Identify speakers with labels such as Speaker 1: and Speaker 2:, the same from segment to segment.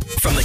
Speaker 1: the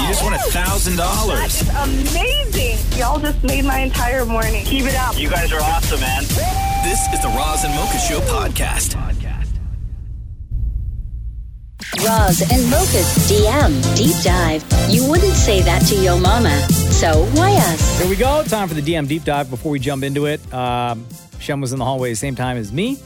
Speaker 1: You just won a thousand dollars.
Speaker 2: Amazing. Y'all just made my entire morning. Keep it up.
Speaker 3: You guys are awesome, man.
Speaker 1: This is the Roz and Mocha Show podcast.
Speaker 4: Roz and Mocha's DM deep dive. You wouldn't say that to your mama, so why us?
Speaker 5: Here we go. Time for the DM deep dive. Before we jump into it, um, Shem was in the hallway at the same time as me.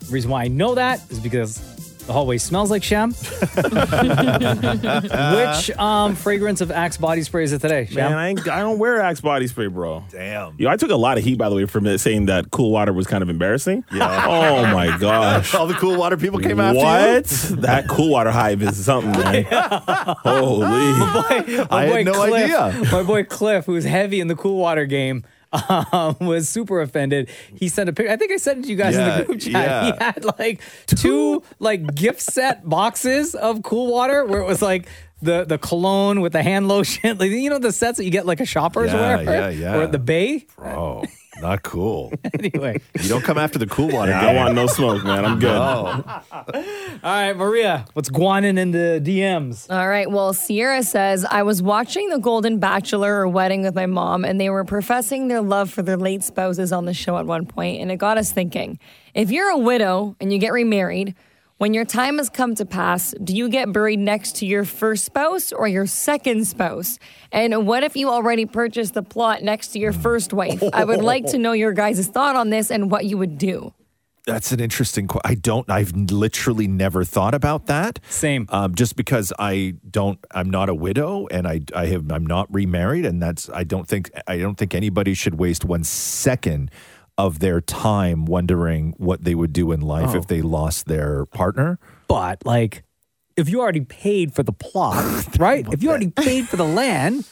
Speaker 5: The reason why I know that is because the hallway smells like Shem. Which um, fragrance of Axe body spray is it today, Shem?
Speaker 6: Man, I, ain't, I don't wear Axe body spray, bro.
Speaker 7: Damn.
Speaker 6: Yo, I took a lot of heat, by the way, from it saying that cool water was kind of embarrassing. Yeah. oh my gosh.
Speaker 7: All the cool water people came after you.
Speaker 6: What? That cool water hive is something, man. Holy.
Speaker 5: My
Speaker 7: I had
Speaker 5: boy
Speaker 7: no
Speaker 5: Cliff,
Speaker 7: idea.
Speaker 5: My boy Cliff, who was heavy in the cool water game, um, was super offended. He sent a picture. I think I sent it to you guys in
Speaker 7: Yeah,
Speaker 5: the group chat.
Speaker 7: yeah.
Speaker 5: He had like two like gift set boxes of cool water where it was like the the cologne with the hand lotion. Like, you know the sets that you get like a shopper's
Speaker 7: Yeah,
Speaker 5: wear?
Speaker 7: yeah, yeah.
Speaker 5: Or at the bay.
Speaker 7: Oh, not cool.
Speaker 5: Anyway.
Speaker 7: You don't come after the cool water.
Speaker 6: I
Speaker 7: gang.
Speaker 6: don't want no smoke, man. I'm good.
Speaker 7: Oh,
Speaker 5: All right, Maria, what's guanin in the DMs?
Speaker 8: All right. Well, Sierra says I was watching The Golden Bachelor or Wedding with my mom, and they were professing their love for their late spouses on the show at one point, and it got us thinking: if you're a widow and you get remarried, when your time has come to pass, do you get buried next to your first spouse or your second spouse? And what if you already purchased the plot next to your first wife? I would like to know your guys' thought on this and what you would do.
Speaker 7: that's an interesting. Qu- I don't. I've literally never thought about that.
Speaker 5: Same.
Speaker 7: Um, just because I don't, I'm not a widow, and I, I have, I'm not remarried, and that's. I don't think, I don't think anybody should waste one second of their time wondering what they would do in life
Speaker 5: Oh.
Speaker 7: if they lost their partner.
Speaker 5: But like if you already paid for the plot, right? If you already paid for the land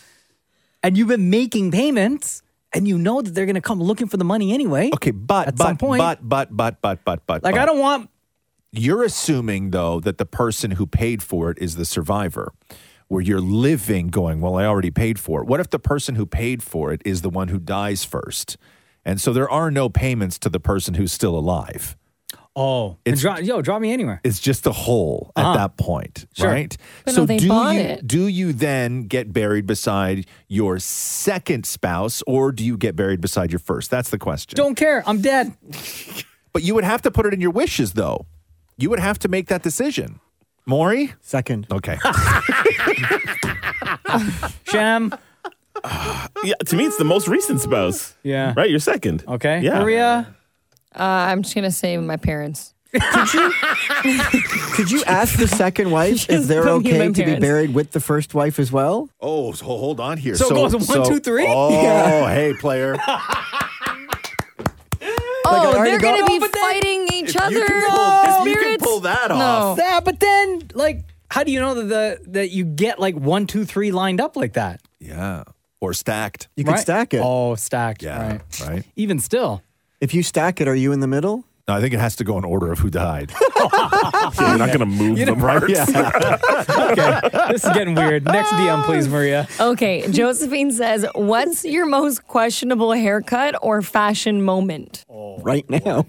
Speaker 5: and you've been making payments and you know that they're going to come looking for the money anyway.
Speaker 7: Okay, but
Speaker 5: At
Speaker 7: but,
Speaker 5: some point.
Speaker 7: but but but but but but
Speaker 5: Like
Speaker 7: but.
Speaker 5: I don't want
Speaker 7: You're assuming, though, that the person who paid for it is the survivor, where you're living going, Well, I already paid for it. What if the person who paid for it is the one who dies first? And so there are no payments to the person who's still alive.
Speaker 5: Oh, and
Speaker 7: It's-
Speaker 5: dro- yo, drop me anywhere.
Speaker 7: It's just a hole at that point,
Speaker 5: Uh-huh. Sure.
Speaker 7: right?
Speaker 8: But no, they
Speaker 7: do
Speaker 8: bought
Speaker 7: you
Speaker 8: it.
Speaker 7: do you then get buried beside your second spouse, or do you get buried beside your first? That's the question.
Speaker 5: Don't care. I'm dead.
Speaker 7: But you would have to put it in your wishes, though. You would have to make that decision, Maury.
Speaker 9: Second.
Speaker 7: Okay.
Speaker 5: Shem.
Speaker 6: Yeah, to me, it's the most recent spouse.
Speaker 5: Yeah.
Speaker 6: Right? You're second.
Speaker 5: Okay.
Speaker 6: Yeah.
Speaker 5: Maria.
Speaker 8: Uh, I'm just gonna say my parents.
Speaker 9: Could you ask the second wife if they're
Speaker 8: don't
Speaker 9: okay
Speaker 8: even
Speaker 9: to be
Speaker 8: parents.
Speaker 9: buried with the first wife as well?
Speaker 7: Oh, so hold on here.
Speaker 5: So it goes one, two, three?
Speaker 7: Oh,
Speaker 9: Yeah.
Speaker 7: hey, player.
Speaker 8: Oh,
Speaker 9: I already
Speaker 8: they're
Speaker 9: got-
Speaker 8: going to
Speaker 9: Oh,
Speaker 8: be
Speaker 9: but then-
Speaker 8: fighting each other.
Speaker 7: you can
Speaker 8: Oh,
Speaker 7: pull- if you can
Speaker 8: spirits.
Speaker 7: pull that off.
Speaker 5: Yeah, but then like how do you know that the, that you get like one, two, three lined up like that?
Speaker 7: yeah. Or stacked.
Speaker 9: You could
Speaker 5: Right?
Speaker 9: stack it.
Speaker 5: Oh, stacked.
Speaker 7: Yeah.
Speaker 5: Right.
Speaker 7: Right.
Speaker 5: Even still.
Speaker 9: If you stack it, are you in the middle?
Speaker 7: No, I think it has to go in order of who died.
Speaker 6: Yeah, You're not going to move
Speaker 5: You
Speaker 6: the
Speaker 5: know-
Speaker 6: parts.
Speaker 5: Okay. this is getting weird. Next DM, please, Maria.
Speaker 8: Okay, Josephine says, "What's your most questionable haircut or fashion moment?"
Speaker 7: Oh.
Speaker 9: Right now.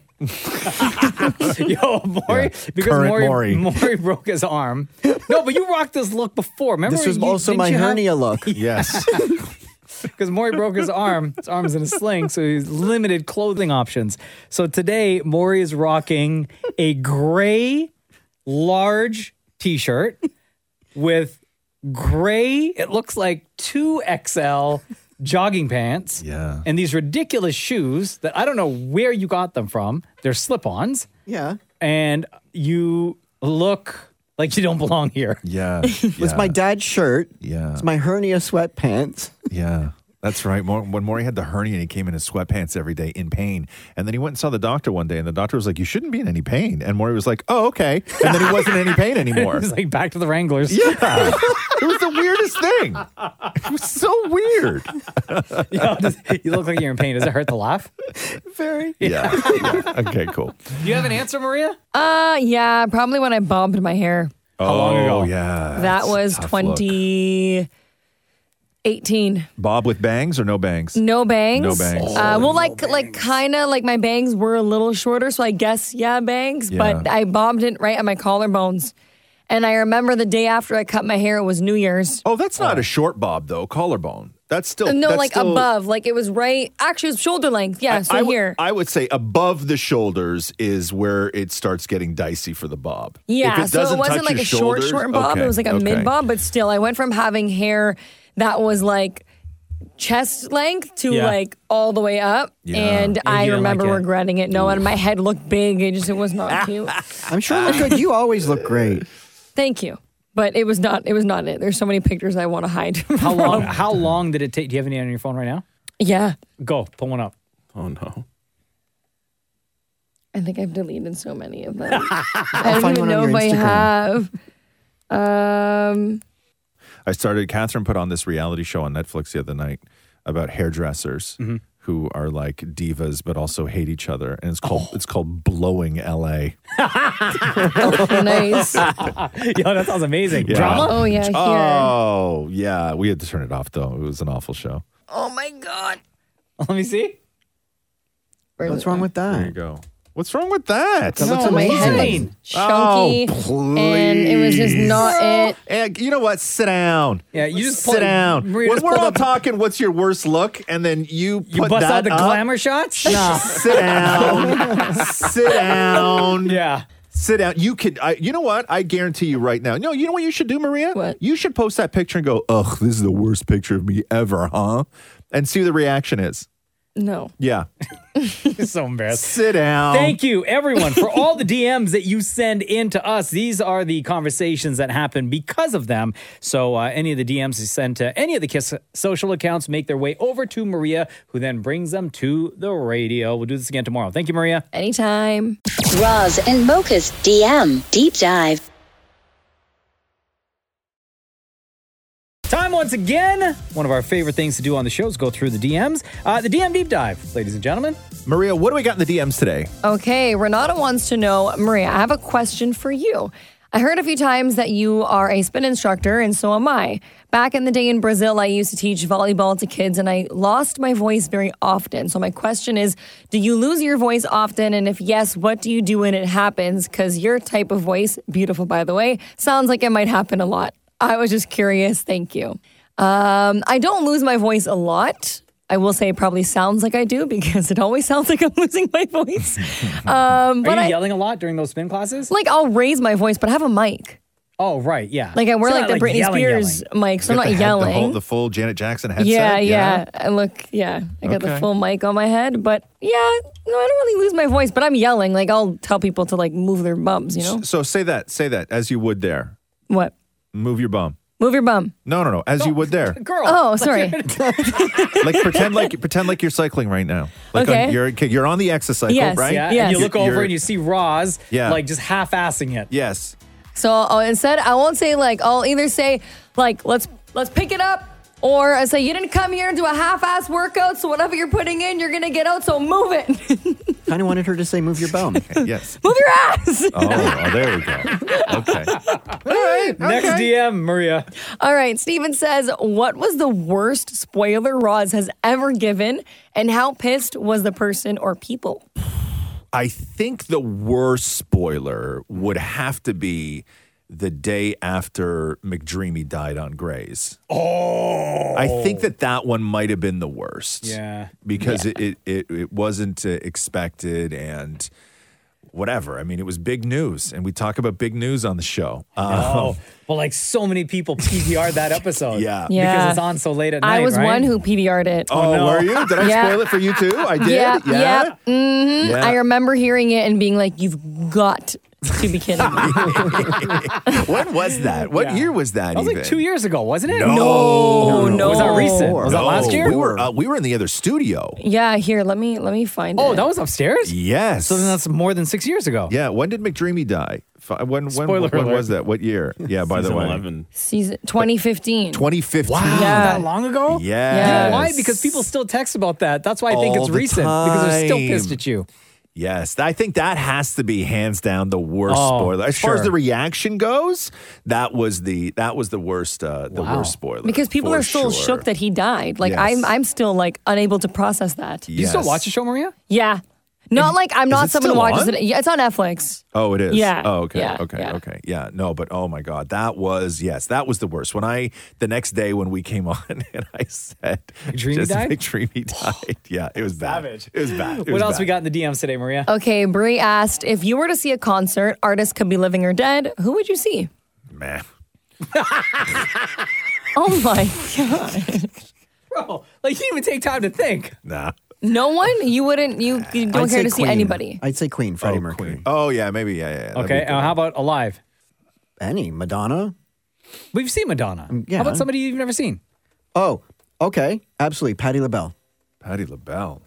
Speaker 5: Yo, Maury, because
Speaker 7: Current
Speaker 5: Maury,
Speaker 7: Maury.
Speaker 5: Maury broke his arm. No, but you rocked this look before. Remember
Speaker 9: This was also my hernia look.
Speaker 7: yes.
Speaker 5: because Maury broke his arm. His arm's in a sling, so he's limited clothing options. So today, Maury is rocking a gray, large T-shirt with gray. It looks like two XL jogging pants.
Speaker 7: Yeah.
Speaker 5: Uh-huh. and these ridiculous shoes that I don't know where you got them from. They're slip-ons,
Speaker 9: Yeah.
Speaker 5: and you look like you don't belong here.
Speaker 7: Yeah.
Speaker 9: It's my dad's shirt.
Speaker 7: Yeah.
Speaker 9: It's my hernia sweatpants.
Speaker 7: Yeah. That's right. Mor- When Maury had the hernia and he came in his sweatpants every day in pain. And then he went and saw the doctor one day and the doctor was like, You shouldn't be in any pain. And Maury was like, Oh, okay. And then he wasn't in any pain anymore.
Speaker 5: It's like back to the Wranglers.
Speaker 7: Yeah. It was the weirdest thing. It was so weird.
Speaker 5: Yo, does- you look like you're in pain. Does it hurt to laugh?
Speaker 9: Very.
Speaker 7: Yeah. yeah. Okay, cool.
Speaker 5: Do you have an answer, Maria?
Speaker 8: Uh, yeah, probably when I bobbed my hair.
Speaker 7: How
Speaker 5: long ago?
Speaker 7: Oh, yeah.
Speaker 8: That
Speaker 7: That's a
Speaker 8: was
Speaker 7: tough look.
Speaker 8: 2018.
Speaker 7: Bob with bangs or no bangs?
Speaker 8: No bangs.
Speaker 7: No bangs.
Speaker 8: Uh, well, like like kind of like my bangs were a little shorter, so I guess yeah, bangs. But
Speaker 7: Yeah.
Speaker 8: I bobbed it right at my collarbones, and I remember the day after I cut my hair, it was New Year's.
Speaker 7: Oh, that's not a short bob though. Collarbone. That's still
Speaker 8: no,
Speaker 7: Oh, that's
Speaker 8: like
Speaker 7: still-
Speaker 8: above, like it was right. Actually, it was shoulder length. Yeah, so
Speaker 7: I would-
Speaker 8: here.
Speaker 7: I would say above the shoulders is where it starts getting dicey for the bob.
Speaker 8: yeah,
Speaker 7: If it
Speaker 8: so
Speaker 7: doesn't
Speaker 8: it wasn't
Speaker 7: touch
Speaker 8: like
Speaker 7: your
Speaker 8: a short,
Speaker 7: shoulders-
Speaker 8: short bob.
Speaker 7: okay,
Speaker 8: It was like a
Speaker 7: okay.
Speaker 8: mid bob, but still, I went from having hair that was like chest length to
Speaker 5: Yeah.
Speaker 8: like all the way up,
Speaker 7: Yeah.
Speaker 8: and
Speaker 7: Yeah,
Speaker 8: I
Speaker 5: you didn't
Speaker 8: remember
Speaker 5: like it.
Speaker 8: regretting it. No, and my head looked big. It just it was not cute.
Speaker 9: I'm sure it looked good. You always look great.
Speaker 8: Thank you. But it was not it was not it. There's so many pictures I want to hide.
Speaker 5: How long? How long did it take? Do you have any on your phone right now?
Speaker 8: yeah.
Speaker 5: Go pull one up.
Speaker 6: Oh no.
Speaker 8: I think I've deleted so many of them. I don't
Speaker 9: find
Speaker 8: even
Speaker 9: one on
Speaker 8: know if
Speaker 9: your
Speaker 8: I have. Um
Speaker 7: I started. Catherine put on this reality show on Netflix the other night about hairdressers who are like divas but also hate each other, and it's called it's called Blowing L.A.
Speaker 8: Um, nice.
Speaker 5: Yo, that sounds amazing.
Speaker 7: Yeah.
Speaker 5: Drama.
Speaker 8: Oh yeah, here.
Speaker 7: Oh yeah, we had to turn it off though. It was an awful show.
Speaker 8: Oh my god.
Speaker 5: Let me see.
Speaker 8: Where is
Speaker 9: What's
Speaker 8: it?
Speaker 9: wrong with
Speaker 7: There you
Speaker 9: that?
Speaker 7: go. What's wrong with that?
Speaker 9: That looks
Speaker 8: Oh, my head
Speaker 9: amazing.
Speaker 8: looks chunky.
Speaker 7: Oh,
Speaker 8: and it was just not it.
Speaker 7: Eh, you know what? Sit down.
Speaker 5: Yeah, you just
Speaker 7: sit
Speaker 5: pull-
Speaker 7: down.
Speaker 5: Maria
Speaker 7: when
Speaker 5: just
Speaker 7: we're
Speaker 5: pulled
Speaker 7: all
Speaker 5: up-
Speaker 7: talking, what's your worst look? And then you
Speaker 5: You
Speaker 7: put
Speaker 5: bust
Speaker 7: that
Speaker 5: out the
Speaker 7: up.
Speaker 5: glamour shots. Nah.
Speaker 7: Sit down. sit down.
Speaker 5: yeah.
Speaker 7: Sit down. You could. I, you know what? I guarantee you right now. No. You know what you should do, Maria?
Speaker 8: What?
Speaker 7: You should post that picture and go, "Ugh, this is the worst picture of me ever, huh?" And see what the reaction is.
Speaker 8: No.
Speaker 7: Yeah.
Speaker 5: It's so embarrassing.
Speaker 7: Sit down.
Speaker 5: Thank you, everyone, for all the DMs that you send in to us. These are the conversations that happen because of them. So, uh, any of the DMs you send to any of the Kiss social accounts make their way over to Maria, who then brings them to the radio. We'll do this again tomorrow. Thank you, Maria.
Speaker 8: Anytime.
Speaker 4: Roz and Mocha's DM Deep Dive.
Speaker 5: Time once again. One of our favorite things to do on the show is go through the DMs. Uh, the DM deep dive, ladies and gentlemen.
Speaker 7: Maria. What do we got in the DMs today?
Speaker 8: Okay, Renata wants to know, Maria, I have a question for you. I heard a few times that you are a spin instructor, and so am I. Back in the day in Brazil, I used to teach volleyball to kids, and I lost my voice very often. So, my question is Do you lose your voice often? And if yes, what do you do when it happens? Because your type of voice, beautiful by the way, sounds like it might happen a lot. I was just curious. Thank you. Um, I don't lose my voice a lot. I will say it probably sounds like I do because it always sounds like I'm losing my voice. Um,
Speaker 5: Are
Speaker 8: but
Speaker 5: you
Speaker 8: I,
Speaker 5: yelling a lot during those spin classes?
Speaker 8: like I'll raise my voice, but I have a mic.
Speaker 5: oh, right. Yeah.
Speaker 8: Like I wear
Speaker 5: It's
Speaker 8: like
Speaker 5: not
Speaker 8: the Britney
Speaker 5: yelling,
Speaker 8: Spears
Speaker 5: yelling.
Speaker 8: mic, so I'm
Speaker 7: Got
Speaker 8: not
Speaker 7: the head-
Speaker 8: yelling.
Speaker 7: The, whole, the full Janet Jackson headset.
Speaker 8: yeah, yeah. I look, yeah. I got the
Speaker 7: Okay.
Speaker 8: full mic on my head, but yeah, no, I don't really lose my voice, but I'm yelling. Like I'll tell people to like move their bums, you know?
Speaker 7: So say that. Say that as you would there.
Speaker 8: What?
Speaker 7: Move your bum.
Speaker 8: Move your bum.
Speaker 7: No, no, no. As you would there.
Speaker 5: Girl.
Speaker 8: Oh, sorry.
Speaker 7: like pretend like pretend like you're cycling right now. Like
Speaker 8: Okay.
Speaker 7: on, you're okay, you're on the exercise cycle,
Speaker 8: Yes,
Speaker 7: right?
Speaker 5: Yeah.
Speaker 8: Yes.
Speaker 5: And you look
Speaker 7: You're-
Speaker 5: over and you see Roz
Speaker 7: Yeah.
Speaker 5: like just half assing it.
Speaker 7: Yes.
Speaker 8: So I'll, instead, I won't say like I'll either say like let's let's pick it up, or I say you didn't come here to do a half-ass workout, so whatever you're putting in, you're gonna get out. So move it, move
Speaker 9: Kind of wanted her to say, move your bum.
Speaker 7: Yes. oh,
Speaker 8: your ass.
Speaker 7: oh, there we go. Okay. All right.
Speaker 5: Next
Speaker 7: okay.
Speaker 5: DM, Maria.
Speaker 8: All right, Steven says, what was the worst spoiler Roz has ever given, and how pissed was the person or people?
Speaker 7: I think the worst spoiler would have to be the day after McDreamy died on Grays. Oh. I think that that one might have been the worst.
Speaker 5: Yeah.
Speaker 7: Because It, it, it, it wasn't uh, expected and whatever. I mean, it was big news. And we talk about big news on the show. Um,
Speaker 5: Oh, well, like so many people PVR that episode.
Speaker 7: Yeah.
Speaker 8: Yeah.
Speaker 5: Because it's on so late at night.
Speaker 8: I was
Speaker 5: right?
Speaker 8: one who PDR'd it.
Speaker 7: Oh,
Speaker 5: no.
Speaker 7: were you? Did I
Speaker 8: Yeah.
Speaker 7: spoil it for you too? I did.
Speaker 8: Yeah,
Speaker 7: Yeah.
Speaker 8: yeah. hmm
Speaker 7: Yeah.
Speaker 8: I remember hearing it and being like, you've got to be kidding me.
Speaker 7: When was that? What
Speaker 5: Yeah.
Speaker 7: year was that?
Speaker 5: That was
Speaker 7: even?
Speaker 5: like two years ago, wasn't it?
Speaker 7: No.
Speaker 8: No,
Speaker 5: Oh, Was that
Speaker 8: no.
Speaker 5: recent? Was that
Speaker 7: No,
Speaker 5: last year?
Speaker 7: We were, uh, we were in the other studio.
Speaker 8: yeah, here, let me let me find it.
Speaker 5: oh, that was upstairs?
Speaker 7: Yes.
Speaker 5: So then that's more than six years ago.
Speaker 7: yeah. When did McDreamy die? Fi- When when,
Speaker 5: Spoiler
Speaker 7: when
Speaker 5: alert.
Speaker 7: was that? What year? Yeah. By the
Speaker 6: Season
Speaker 7: way,
Speaker 6: 11.
Speaker 8: season 2015.
Speaker 7: 2015.
Speaker 5: Wow,
Speaker 8: Yeah.
Speaker 5: that long ago?
Speaker 7: Yes.
Speaker 5: Why? Because people still text about that. That's why I think
Speaker 7: All
Speaker 5: it's
Speaker 7: the
Speaker 5: recent because they're still
Speaker 7: time.
Speaker 5: pissed at you.
Speaker 7: Yes, I think that has to be hands down the worst
Speaker 5: Oh,
Speaker 7: spoiler. As far as
Speaker 5: sure.
Speaker 7: the reaction goes, that was the that was the worst uh, the
Speaker 5: Wow.
Speaker 7: worst spoiler.
Speaker 8: because people
Speaker 7: for
Speaker 8: are still
Speaker 7: sure.
Speaker 8: shook that he died. Like
Speaker 7: Yes.
Speaker 8: I'm I'm still like unable to process that.
Speaker 5: You still
Speaker 7: Yes.
Speaker 5: watch the show, Maria?
Speaker 8: Yeah. Not like I'm
Speaker 7: it
Speaker 8: not someone who
Speaker 7: still
Speaker 8: watches
Speaker 7: on?
Speaker 8: it. Yeah, it's on Netflix.
Speaker 7: Oh, it is.
Speaker 8: Yeah,
Speaker 7: Oh, okay.
Speaker 8: yeah,
Speaker 7: okay.
Speaker 8: yeah.
Speaker 7: Okay. Yeah. No, but oh my God, that was yes, that was the worst. When I the next day when we came on and I said,
Speaker 5: McDreamy
Speaker 7: just
Speaker 5: died?
Speaker 7: McDreamy died. Yeah, it was bad.
Speaker 5: Savage.
Speaker 7: It was bad. It
Speaker 5: what
Speaker 7: was
Speaker 5: else
Speaker 7: bad.
Speaker 5: we got in the DMs today, Maria?
Speaker 8: Okay, Brie asked if you were to see a concert, artists could be living or dead. Who would you see?
Speaker 7: Meh.
Speaker 8: Oh my god!
Speaker 5: Bro, like you didn't even take time to think.
Speaker 7: Nah.
Speaker 8: No one. You wouldn't. You, you don't
Speaker 9: I'd
Speaker 8: care
Speaker 9: say
Speaker 8: to see
Speaker 9: Queen.
Speaker 8: anybody.
Speaker 9: I'd say Queen, Freddie Mercury.
Speaker 7: Oh yeah, maybe yeah. yeah, yeah. That'd
Speaker 5: Okay,
Speaker 7: be
Speaker 5: uh, how about Alive?
Speaker 9: Any Madonna? Mm,
Speaker 5: We've seen Madonna.
Speaker 9: yeah.
Speaker 5: How about somebody you've never seen?
Speaker 9: Oh, okay, absolutely. Patti LaBelle.
Speaker 7: good. Patti LaBelle.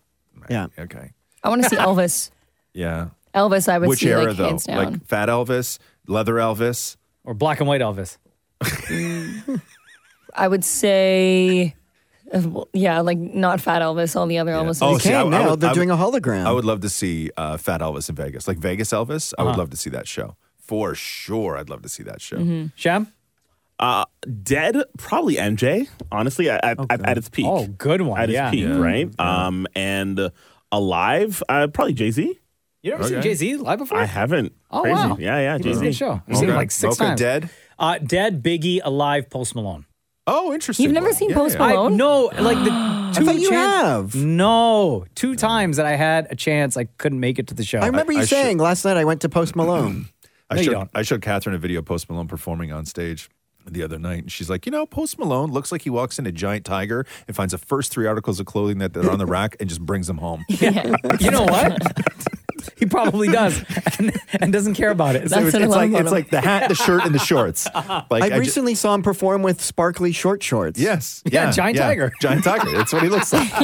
Speaker 9: Yeah.
Speaker 7: Okay.
Speaker 8: I want to see Elvis.
Speaker 7: Yeah.
Speaker 8: Elvis, I would
Speaker 7: Which
Speaker 8: see
Speaker 7: era
Speaker 8: like
Speaker 7: though?
Speaker 8: hands down.
Speaker 7: Like Fat Elvis, Leather Elvis.
Speaker 5: Or Black and White Elvis?
Speaker 8: I would say, uh, well, yeah, like not Fat Elvis, all the other Elvis.
Speaker 7: Oh,
Speaker 9: You
Speaker 7: see, I-
Speaker 9: can't
Speaker 7: I
Speaker 9: now.
Speaker 7: would-
Speaker 9: They're
Speaker 7: I would-
Speaker 9: doing a hologram.
Speaker 7: I would love to see uh, Fat Elvis in Vegas, like Vegas Elvis. I would
Speaker 5: Uh-huh.
Speaker 7: love to see that show for sure. I'd love to see that show.
Speaker 8: Mm-hmm.
Speaker 5: Sham?
Speaker 6: Dead, probably MJ. Honestly, at, at- at, its peak.
Speaker 5: Oh, good one.
Speaker 6: At its
Speaker 5: yeah.
Speaker 6: peak, right? Um, and alive, uh, probably Jay Z.
Speaker 5: You never seen
Speaker 7: Okay.
Speaker 5: Jay Z live before?
Speaker 6: I haven't.
Speaker 5: Oh,
Speaker 6: Crazy.
Speaker 5: wow.
Speaker 6: Yeah, yeah.
Speaker 5: He
Speaker 6: Jay
Speaker 5: was in the
Speaker 6: Z.
Speaker 5: show. We've seen him like six
Speaker 7: Mocha
Speaker 5: times.
Speaker 7: dead.
Speaker 5: Uh, dead, Biggie, alive, Post Malone.
Speaker 7: Oh, interesting.
Speaker 8: You've never
Speaker 7: one.
Speaker 8: seen Post Malone?
Speaker 5: I no, like the two
Speaker 9: thought you
Speaker 5: chance-
Speaker 9: have.
Speaker 5: No, two times that I had a chance, I couldn't make it to the show.
Speaker 9: I remember you
Speaker 7: I should-
Speaker 9: saying last night I went to Post Malone.
Speaker 7: I
Speaker 5: No, you
Speaker 7: showed,
Speaker 5: don't.
Speaker 7: I showed Catherine a video of Post Malone performing on stage the other night, and she's like, "You know, Post Malone looks like he walks in a giant tiger and finds the first three articles of clothing that are on the rack and just brings them home."
Speaker 8: Yeah.
Speaker 5: you know what? he probably does, and, and doesn't care about it.
Speaker 8: That's
Speaker 7: it's,
Speaker 8: what I
Speaker 7: it's
Speaker 8: love
Speaker 7: like
Speaker 8: about
Speaker 7: it's
Speaker 8: him.
Speaker 7: like the hat, the shirt, and the shorts. Like
Speaker 9: I
Speaker 7: ju-
Speaker 9: recently saw him perform with sparkly short shorts.
Speaker 7: yes,
Speaker 5: Yeah, giant tiger.
Speaker 7: giant tiger. That's what he looks like.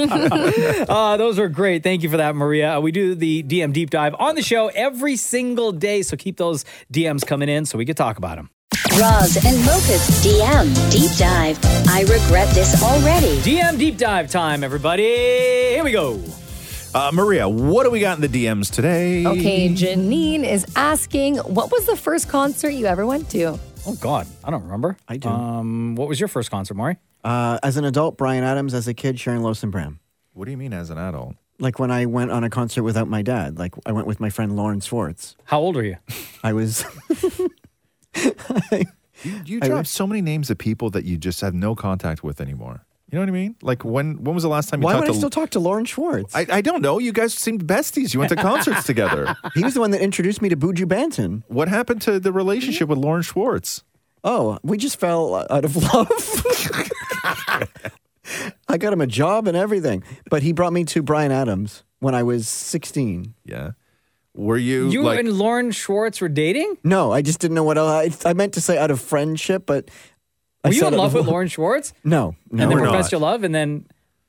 Speaker 5: Uh, those are great. Thank you for that, Maria. Uh, we do the DM deep dive on the show every single day, so keep those DMs coming in so we can talk about them.
Speaker 4: Roz and Mocha's DM Deep Dive. I regret this already.
Speaker 5: DM deep dive time, everybody. Here we go.
Speaker 7: Uh, Maria, what do we got in the DMs today?
Speaker 8: Okay, Janine is asking, what was the first concert you ever went to?
Speaker 5: Oh God, I don't remember.
Speaker 9: I do.
Speaker 5: Um, what was your first concert, Maury?
Speaker 9: Uh, as an adult, Brian Adams. As a kid, Sharon Lowson Bram.
Speaker 7: What do you mean as an adult?
Speaker 9: Like when I went on a concert without my dad. Like I went with my friend Lauren Schwartz.
Speaker 5: How old are you?
Speaker 9: I was.
Speaker 7: You dropped so many names of people that you just have no contact with anymore. You know what I mean? Like when when was the last time you
Speaker 9: Why
Speaker 7: talked
Speaker 9: would I
Speaker 7: to
Speaker 9: still talk to Lauren Schwartz?
Speaker 7: I, I don't know. You guys seemed besties. You went to concerts together.
Speaker 9: he was the one that introduced me to Buju Banton.
Speaker 7: What happened to the relationship with Lauren Schwartz?
Speaker 9: Oh, we just fell out of love. I got him a job and everything, but he brought me to Brian Adams when I was 16.
Speaker 7: Yeah. Were you,
Speaker 5: You
Speaker 7: like
Speaker 5: and Lauren Schwartz were dating.
Speaker 9: No, I just didn't know what else. I, I meant to say out of friendship, but I
Speaker 5: Were you
Speaker 9: said
Speaker 5: in
Speaker 9: out
Speaker 5: love
Speaker 9: of-
Speaker 5: with Lauren Schwartz?
Speaker 9: No, no,
Speaker 5: and then
Speaker 7: we're
Speaker 5: professed
Speaker 7: not.
Speaker 5: your love, and then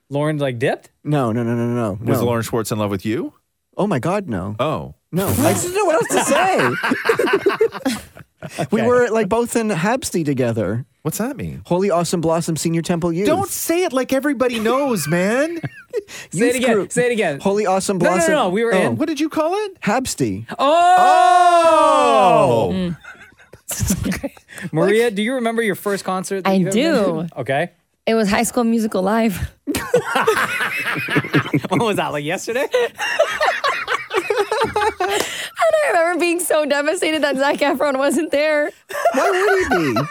Speaker 5: Lauren like dipped.
Speaker 9: no, no, no, no, no.
Speaker 7: was
Speaker 9: no.
Speaker 7: Lauren Schwartz in love with you?
Speaker 9: Oh my God, no,
Speaker 7: Oh.
Speaker 9: no. I just didn't know what else to say. We were like both in Habsty together.
Speaker 7: What's that mean?
Speaker 9: Holy Awesome Blossom Senior Temple Youth.
Speaker 7: Don't say it like everybody knows, man.
Speaker 5: Say
Speaker 9: Youth
Speaker 5: it again.
Speaker 9: group.
Speaker 5: Say it again.
Speaker 9: Holy Awesome
Speaker 5: No, no, no,
Speaker 9: Blossom.
Speaker 5: no, we were in-
Speaker 7: what did you call it?
Speaker 9: Habsty.
Speaker 7: Oh.
Speaker 9: Mm.
Speaker 5: Maria, do you remember your first concert? that
Speaker 8: I
Speaker 5: you've ever
Speaker 8: do.
Speaker 5: been to? Okay.
Speaker 8: It was High School Musical Live.
Speaker 5: What was that like yesterday?
Speaker 8: I remember being so devastated that Zac Efron wasn't there.
Speaker 9: Why would he be?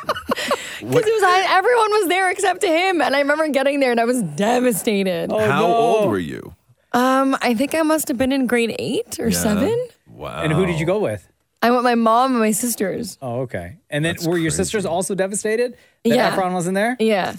Speaker 8: Because it was high, everyone was there except him. And I remember getting there and I was devastated.
Speaker 9: Oh.
Speaker 7: How old were you?
Speaker 8: Um, I think I must have been in grade eight or seven.
Speaker 7: Wow.
Speaker 5: And who did
Speaker 7: Oh.
Speaker 5: you go with?
Speaker 8: I went with my mom and my sisters.
Speaker 5: Oh, okay. And then were your sisters also devastated that
Speaker 8: Yeah.
Speaker 5: Efron wasn't there?
Speaker 8: Yeah.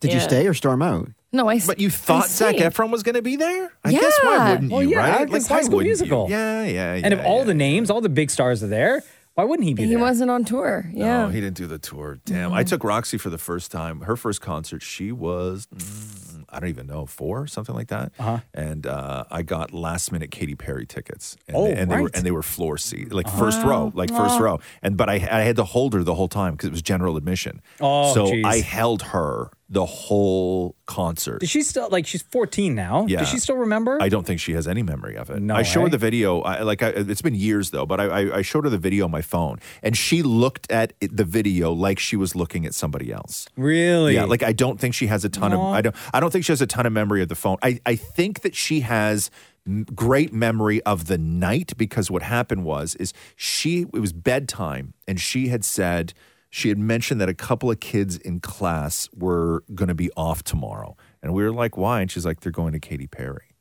Speaker 9: Did you
Speaker 8: Yeah.
Speaker 9: stay or storm out?
Speaker 8: No, I. s-
Speaker 7: But you
Speaker 8: I
Speaker 7: thought Zach
Speaker 8: see.
Speaker 7: Efron was going to be there? I guess why
Speaker 8: Yeah.
Speaker 7: wouldn't
Speaker 5: Well,
Speaker 7: you,
Speaker 5: yeah,
Speaker 7: right?
Speaker 5: it's High School
Speaker 7: wouldn't you?
Speaker 5: Musical.
Speaker 7: Yeah, yeah, yeah.
Speaker 5: And if all
Speaker 7: yeah.
Speaker 5: the names, all the big stars are there, why wouldn't he be
Speaker 8: He
Speaker 5: there?
Speaker 8: wasn't on tour. Yeah.
Speaker 7: No, he didn't do the tour. Damn. I took Roxy for the first time. Her first concert, she was, mm, I don't even know, four, something like that. Uh-huh. And uh, I got last minute Katy Perry tickets. And,
Speaker 5: Oh,
Speaker 7: they, and they were
Speaker 5: right.
Speaker 7: And they were floor seat, like first row, like first row. And But I, I had to hold her the whole time because it was general admission.
Speaker 5: Oh,
Speaker 7: so
Speaker 5: geez.
Speaker 7: I held her the whole concert.
Speaker 5: Does she still like she's 14 now?
Speaker 7: Yeah.
Speaker 5: Does she still remember?
Speaker 7: I don't think she has any memory of it.
Speaker 5: No,
Speaker 7: I showed her
Speaker 5: eh?
Speaker 7: the video. I, like I, it's been years though, but I, I, I showed her the video on my phone, and she looked at it, the video like she was looking at somebody else.
Speaker 5: really?
Speaker 7: Yeah, like I don't think she has a ton of. I don't. I don't think she has a ton of memory of the phone. I I think that she has m- great memory of the night because what happened was is she it was bedtime and she had said she had mentioned that a couple of kids in class were going to be off tomorrow and we were like why and she's like they're going to Katy Perry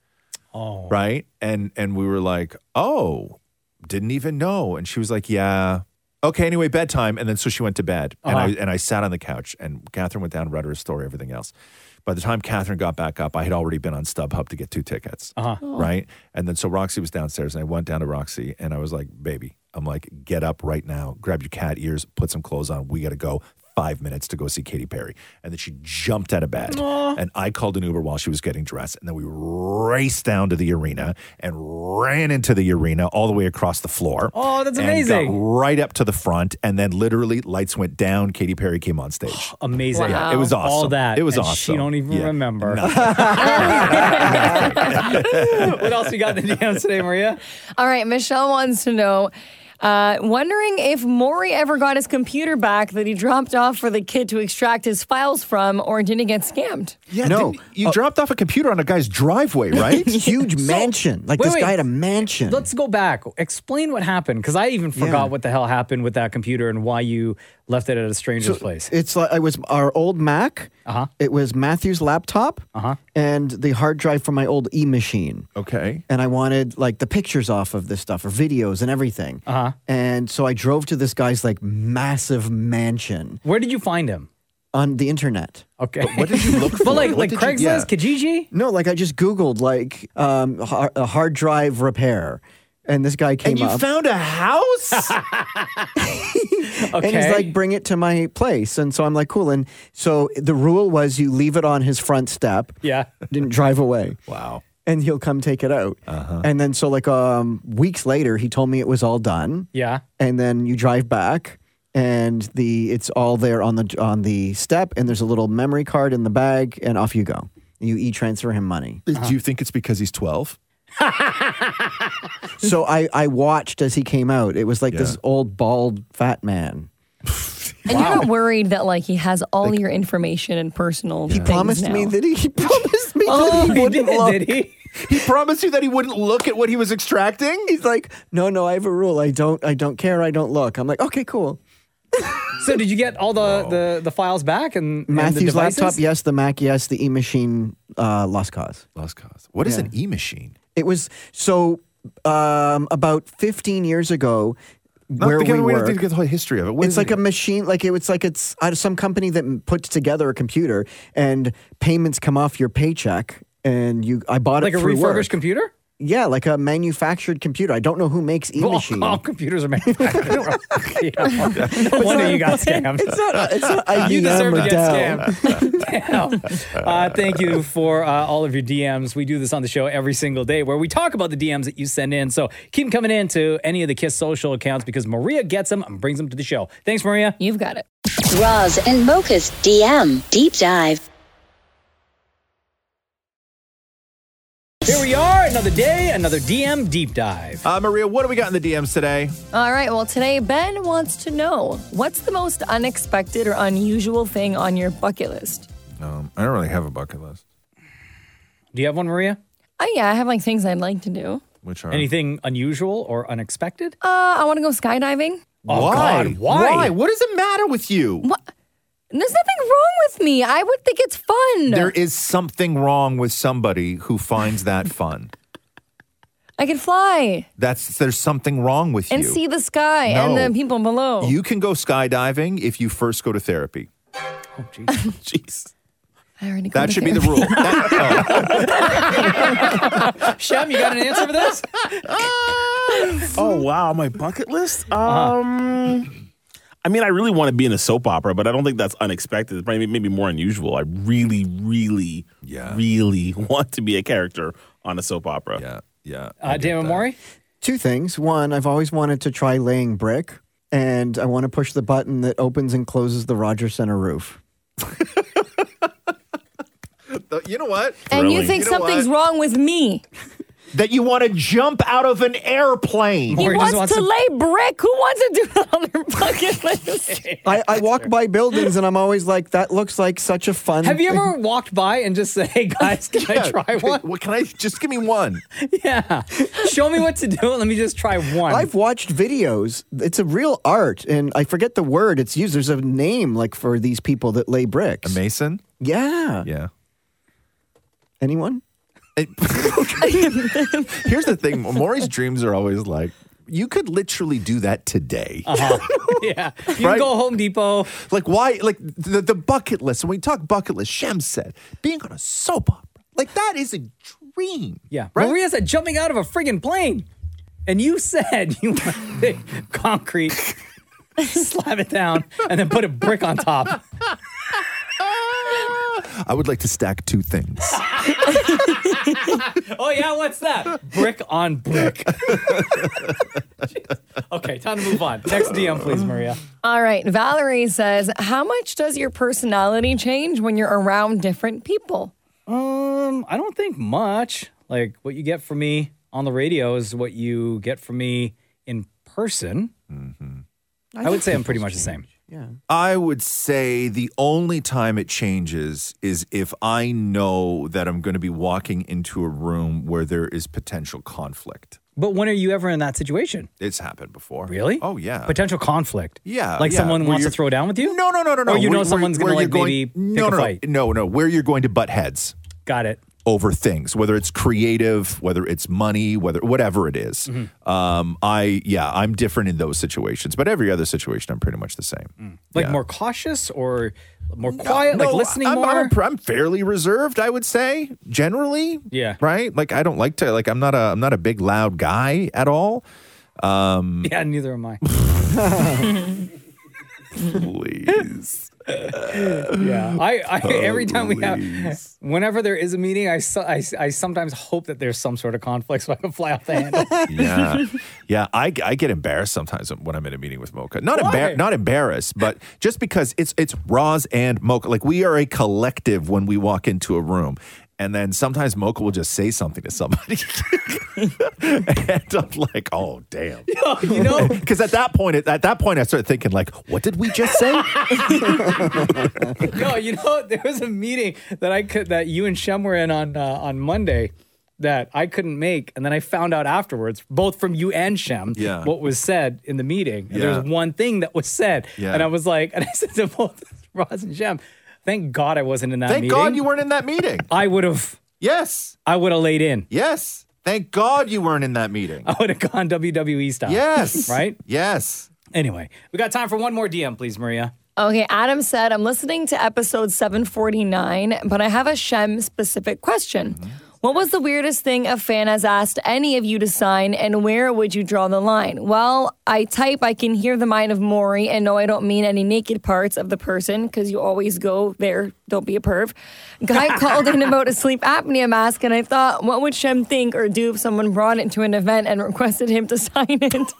Speaker 7: right and and we were like oh didn't even know and she was like yeah okay anyway bedtime and then so she went to bed and i and i sat on the couch and catherine went down and read her a story everything else by the time catherine got back up i had already been on stubhub to get two tickets uh-huh. right and then so roxy was downstairs and i went down to roxy and i was like baby i'm like get up right now grab your cat ears put some clothes on we gotta go five minutes to go see Katy Perry. And then she jumped out of bed. And I called an Uber while she was getting dressed. And then we raced down to the arena and ran into the arena all the way across the floor.
Speaker 5: Oh, that's
Speaker 7: and
Speaker 5: amazing.
Speaker 7: got right up to the front. And then literally lights went down. Katy Perry came on stage.
Speaker 5: Amazing.
Speaker 8: Wow.
Speaker 7: It was awesome.
Speaker 5: All that.
Speaker 7: It was
Speaker 5: and
Speaker 7: awesome.
Speaker 5: She don't even
Speaker 7: Yeah.
Speaker 5: remember.
Speaker 7: Nothing.
Speaker 5: what else you got in the DMs today, Maria?
Speaker 8: All right, Michelle wants to know. Uh, wondering if Maury ever got his computer back that he dropped off for the kid to extract his files from, or did he get scammed?
Speaker 7: Yeah,
Speaker 9: No.
Speaker 7: didn't- You dropped off a computer on a guy's driveway, right?
Speaker 9: Huge mansion. Like
Speaker 5: wait,
Speaker 9: this
Speaker 5: wait.
Speaker 9: guy had a mansion.
Speaker 5: Let's go back. Explain what happened because I even forgot
Speaker 9: Yeah.
Speaker 5: what the hell happened with that computer and why you left it at a stranger's place.
Speaker 9: It's like it was our old Mac.
Speaker 5: Uh-huh.
Speaker 9: It was Matthew's laptop.
Speaker 5: Uh-huh.
Speaker 9: And the hard drive from my old E machine.
Speaker 7: okay.
Speaker 9: and I wanted like the pictures off of this stuff or videos and everything. Uh-huh. And so I drove to this guy's like massive mansion
Speaker 5: Where did you find him?
Speaker 9: on the internet.
Speaker 5: Okay.
Speaker 7: What did you look for?
Speaker 5: but like, like
Speaker 7: What did you- yeah.
Speaker 5: Craigslist, Kijiji?
Speaker 9: No, like I just Googled like um, har- a hard drive repair. And this guy came
Speaker 7: And you
Speaker 9: up
Speaker 7: found a house?
Speaker 5: Okay.
Speaker 9: and he's like, bring it to my place. And so I'm like, cool. And so the rule was you leave it on his front step.
Speaker 5: yeah.
Speaker 9: Didn't drive away.
Speaker 7: wow.
Speaker 9: And he'll come take it out. And then so like um, weeks later, he told me it was all done.
Speaker 5: Yeah.
Speaker 9: and then you drive back and the it's all there on the on the step and there's a little memory card in the bag and off you go you e-transfer him money
Speaker 7: Do you think it's because he's 12?
Speaker 9: so i i watched as he came out it was like
Speaker 7: Yeah.
Speaker 9: this old bald fat man
Speaker 8: And you're not worried that like he has all your information and personal. Oh,
Speaker 9: he promised me that he, he promised me that he
Speaker 5: Oh, he
Speaker 9: wouldn't
Speaker 5: did,
Speaker 9: look
Speaker 5: did he?
Speaker 7: He promised you that he wouldn't look at what he was extracting?
Speaker 9: he's like no no i have a rule i don't i don't care i don't look i'm like okay cool
Speaker 5: So did you get all the, the, the files back and and the
Speaker 9: matthew's laptop
Speaker 5: devices?
Speaker 9: yes the mac yes the e-machine uh, lost cause
Speaker 7: Lost cause. What is an e machine?
Speaker 9: It was so um, about 15 years ago. where
Speaker 7: the
Speaker 9: we were,
Speaker 7: get the whole history of it. What
Speaker 9: it's like a machine, like it, it's like it's uh, some company that m- puts together a computer, and payments come off your paycheck. And you, I bought
Speaker 5: Like
Speaker 9: it
Speaker 5: a
Speaker 9: through work.
Speaker 5: refurbished computer?
Speaker 9: Yeah, like a manufactured computer. I don't know who makes E
Speaker 5: Well,
Speaker 9: Machine.
Speaker 5: All, computers are manufactured. yeah. No wonder you got scammed.
Speaker 9: It's not. It's not. IBM
Speaker 5: Uh, you deserve
Speaker 9: or
Speaker 5: to get
Speaker 9: Dell.
Speaker 5: scammed. Damn. Uh, thank you for uh, all of your DMs. We do this on the show every single day where we talk about the DMs that you send in. So keep them coming in to any of the KISS social accounts because Maria gets them and brings them to the show. Thanks, Maria.
Speaker 8: You've got it.
Speaker 4: Roz and Mocha's DM Deep Dive.
Speaker 5: Here we are, another day, another DM deep dive.
Speaker 7: Uh, Maria, what do we got in the DMs today?
Speaker 8: All right. Well, today Ben wants to know what's the most unexpected or unusual thing on your bucket list.
Speaker 7: Um, I don't really have a bucket list.
Speaker 5: Do you have one, Maria?
Speaker 8: Oh yeah, I have like things I'd like to do.
Speaker 7: Which are
Speaker 5: Anything unusual or unexpected?
Speaker 8: Uh, I want to go skydiving.
Speaker 5: Oh, God, why?
Speaker 7: why? What does it matter with you?
Speaker 8: And There's nothing wrong with me. I would think it's fun.
Speaker 7: There is something wrong with somebody who finds that fun.
Speaker 8: I can fly
Speaker 7: That's there's something wrong with
Speaker 8: and
Speaker 7: you.
Speaker 8: see the sky
Speaker 7: No.
Speaker 8: and the people below.
Speaker 7: you can go skydiving if you first go to therapy.
Speaker 5: Oh, jeez.
Speaker 6: Jeez.
Speaker 8: I already go
Speaker 7: That
Speaker 8: to
Speaker 7: should be the
Speaker 8: therapy.
Speaker 7: rule. That- oh,
Speaker 5: Shem, you got an answer for this?
Speaker 6: Oh wow, my bucket list.
Speaker 9: Uh-huh.
Speaker 6: Um, I mean, I really want to be in a soap opera, but I don't think that's unexpected. It's probably maybe more unusual. I really, really,
Speaker 7: Yeah.
Speaker 6: really want to be a character on a soap opera.
Speaker 7: yeah, yeah. I
Speaker 5: Uh,
Speaker 7: get
Speaker 5: Dan
Speaker 7: that.
Speaker 5: Mori?
Speaker 9: Two things. One, I've always wanted to try laying brick, and I want to push the button that opens and closes the Rogers Center roof.
Speaker 7: Uh, You know what?
Speaker 8: And you
Speaker 6: Thrilling.
Speaker 8: think
Speaker 7: You know
Speaker 8: something's
Speaker 7: what?
Speaker 8: wrong with me?
Speaker 10: That you want to jump out of an airplane.
Speaker 8: He
Speaker 5: Or he
Speaker 8: wants,
Speaker 5: just wants
Speaker 8: to
Speaker 5: to-
Speaker 8: lay brick. Who wants to do that on their bucket list?
Speaker 9: I, I walk by buildings, and I'm always like, that looks like such a fun.
Speaker 5: Have you
Speaker 9: thing."
Speaker 5: ever walked by and just say, hey, guys, can I try one?
Speaker 7: Well, can I just give me one?
Speaker 5: Yeah. Show me what to do. Let me just try one.
Speaker 9: I've watched videos. It's a real art, and I forget the word it's used. There's a name like for these people that lay bricks.
Speaker 7: Mason?
Speaker 9: Yeah.
Speaker 7: Yeah.
Speaker 9: Anyone?
Speaker 7: Here's the thing Maury's dreams are always like, you could literally do that today.
Speaker 5: yeah. You can
Speaker 7: Right?
Speaker 5: go Home Depot.
Speaker 7: Like, why? Like, the, the bucket list. When we talk bucket list, Shem said, being on a soap opera, like, that is a dream.
Speaker 5: Yeah.
Speaker 7: Right?
Speaker 5: Maria said jumping out of a friggin' plane. And you said you want to take concrete, slap it down, and then put a brick on top.
Speaker 7: I would like to stack two things.
Speaker 5: Oh, yeah, what's that? Brick on brick. Jeez. okay, time to move on. Next DM, please, Maria.
Speaker 8: All right. Valerie says, How much does your personality change when you're around different people?
Speaker 5: Um, I don't think much. Like what you get from me on the radio is what you get from me in person.
Speaker 7: Mm-hmm.
Speaker 5: I would say I'm pretty much the same.
Speaker 7: I would say the only time it changes is if I know that I'm going to be walking into a room where there is potential conflict.
Speaker 5: But when are you ever in that situation?
Speaker 7: It's happened before.
Speaker 5: Really?
Speaker 7: Oh yeah.
Speaker 5: Potential conflict.
Speaker 7: Yeah,
Speaker 5: Like
Speaker 7: yeah,
Speaker 5: someone
Speaker 7: where
Speaker 5: wants to
Speaker 7: you're-
Speaker 5: throw down with you?
Speaker 7: No, no, no, no, no.
Speaker 5: Or you know
Speaker 7: Where-
Speaker 5: someone's
Speaker 7: where-
Speaker 5: gonna,
Speaker 7: where
Speaker 5: like,
Speaker 7: you're
Speaker 5: maybe
Speaker 7: going,
Speaker 5: pick
Speaker 7: no,
Speaker 5: a
Speaker 7: no,
Speaker 5: fight.
Speaker 7: No, no, no. Where you're going to butt heads
Speaker 5: Got it.
Speaker 7: over things, whether it's creative, whether it's money, whether whatever it is.
Speaker 5: Mm-hmm.
Speaker 7: Um, I yeah, I'm different in those situations, but every other situation, I'm pretty much the same.
Speaker 5: Like
Speaker 7: Yeah.
Speaker 5: more cautious or more quiet, Mm. like
Speaker 7: No,
Speaker 5: listening
Speaker 7: I'm,
Speaker 5: more?
Speaker 7: I'm, I'm fairly reserved, I would say, generally.
Speaker 5: Yeah.
Speaker 7: Right. Like I don't like to like I'm not a I'm not a big loud guy at all.
Speaker 5: yeah, neither am I.
Speaker 7: Please.
Speaker 5: Yeah. I, I
Speaker 7: Oh,
Speaker 5: every time we have whenever there is a meeting, I, so- I I sometimes hope that there's some sort of conflict so I can fly off the handle.
Speaker 7: yeah. Yeah. I, I get embarrassed sometimes when I'm in a meeting with Mocha. Not
Speaker 5: Why?
Speaker 7: embar- not embarrassed, but just because it's it's Roz and Mocha. Like we are a collective when we walk into a room. And then sometimes Mocha will just say something to somebody. and I'm like, oh damn.
Speaker 5: you know?
Speaker 7: Because at that point, at that point, I started thinking like, what did we just say?
Speaker 5: No, you know, there was a meeting that I could that you and Shem were in on uh, on Monday that I couldn't make, and then I found out afterwards, both from you and Shem,
Speaker 7: Yeah.
Speaker 5: what was said in the meeting. And There
Speaker 7: Yeah.
Speaker 5: was one thing that was said,
Speaker 7: Yeah.
Speaker 5: and I was like, and I said to both Roz and Shem, "Thank God I wasn't in that
Speaker 7: Thank
Speaker 5: meeting.
Speaker 7: God you weren't in that meeting.
Speaker 5: I would have,
Speaker 7: Yes.
Speaker 5: I would have laid in.
Speaker 7: Yes. Thank God you weren't in that meeting.
Speaker 5: I would have gone WWE style.
Speaker 7: Yes.
Speaker 5: Oh, right.
Speaker 7: Yes.
Speaker 5: Anyway, we got time for one more DM, please, Maria.
Speaker 8: Okay, Adam said, I'm listening to episode 749, but I have a Shem specific question. What was the weirdest thing a fan has asked any of you to sign, and where would you draw the line? Well, I type, I can hear the mind of Maury, and no, I don't mean any naked parts of the person, because you always go there, don't be a perv. Guy called in about a sleep apnea mask, and I thought, what would Shem think or do if someone brought it to an event and requested him to sign it?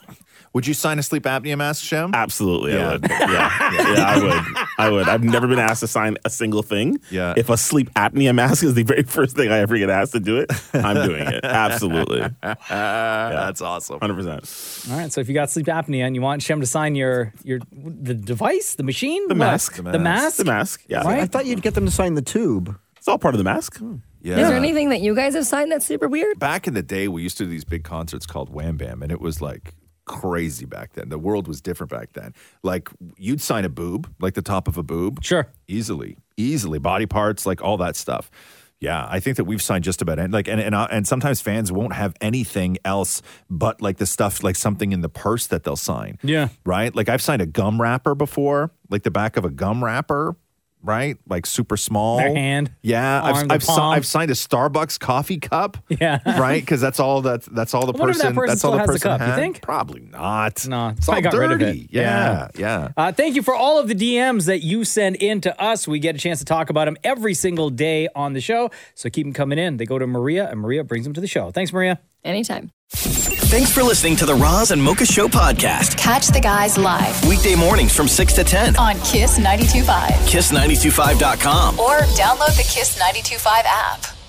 Speaker 7: Would you sign a sleep apnea mask, Shem?
Speaker 6: Absolutely,
Speaker 7: Yeah.
Speaker 6: I would. Yeah, yeah, I would. I would. I've never been asked to sign a single thing.
Speaker 7: Yeah.
Speaker 6: If a sleep apnea mask is the very first thing I ever get asked to do it, I'm doing it. Absolutely,
Speaker 7: That's awesome.
Speaker 6: hundred percent.
Speaker 5: All right, so if you got sleep apnea and you want Shem to sign your your the device, the machine, the
Speaker 6: mask.
Speaker 5: the
Speaker 6: The
Speaker 5: mask,
Speaker 7: mask.
Speaker 6: The mask. Yeah,
Speaker 5: Right?
Speaker 9: I thought you'd get them to sign the tube.
Speaker 6: it's all part of the mask.
Speaker 7: Yeah.
Speaker 8: Is there anything that you guys have signed that's super weird?
Speaker 7: Back in the day, we used to do these big concerts called Wham Bam, and it was like crazy back then. The world was different back then. Like you'd sign a boob, like the top of a boob.
Speaker 5: Sure.
Speaker 7: easily, easily body parts, like all that stuff. Yeah, I think that we've signed just about any, like, and and, I- and sometimes fans won't have anything else but like the stuff, like something in the purse that they'll sign.
Speaker 5: Yeah.
Speaker 7: right. Like I've signed a gum wrapper before, like the back of a gum wrapper. right? Like super small.
Speaker 5: Their hand,
Speaker 7: Yeah,
Speaker 5: arm,
Speaker 7: I've
Speaker 5: their
Speaker 7: I've, si-
Speaker 5: palm.
Speaker 7: I've signed a Starbucks coffee cup.
Speaker 5: Yeah.
Speaker 7: right, because that's all that that's all the
Speaker 5: I wonder if that
Speaker 7: person,
Speaker 5: person
Speaker 7: that's all
Speaker 5: still
Speaker 7: the
Speaker 5: has the
Speaker 7: person
Speaker 5: cup, you
Speaker 7: had.
Speaker 5: think?
Speaker 7: Probably not. No, it's
Speaker 5: I
Speaker 7: all
Speaker 5: got
Speaker 7: dirty.
Speaker 5: rid of it.
Speaker 7: Yeah, yeah.
Speaker 5: Uh, thank you for all of the DMs that you send in to us. We get a chance to talk about them every single day on the show. So keep them coming in. They go to Maria, and Maria brings them to the show. Thanks, Maria.
Speaker 8: Anytime.
Speaker 9: Thanks for listening to the Roz and Mocha Show podcast.
Speaker 11: Catch the guys live
Speaker 9: Weekday mornings from 6 to 10.
Speaker 11: on Kiss 92.5
Speaker 9: Kiss925.com.
Speaker 11: or download the Kiss 92.5 app.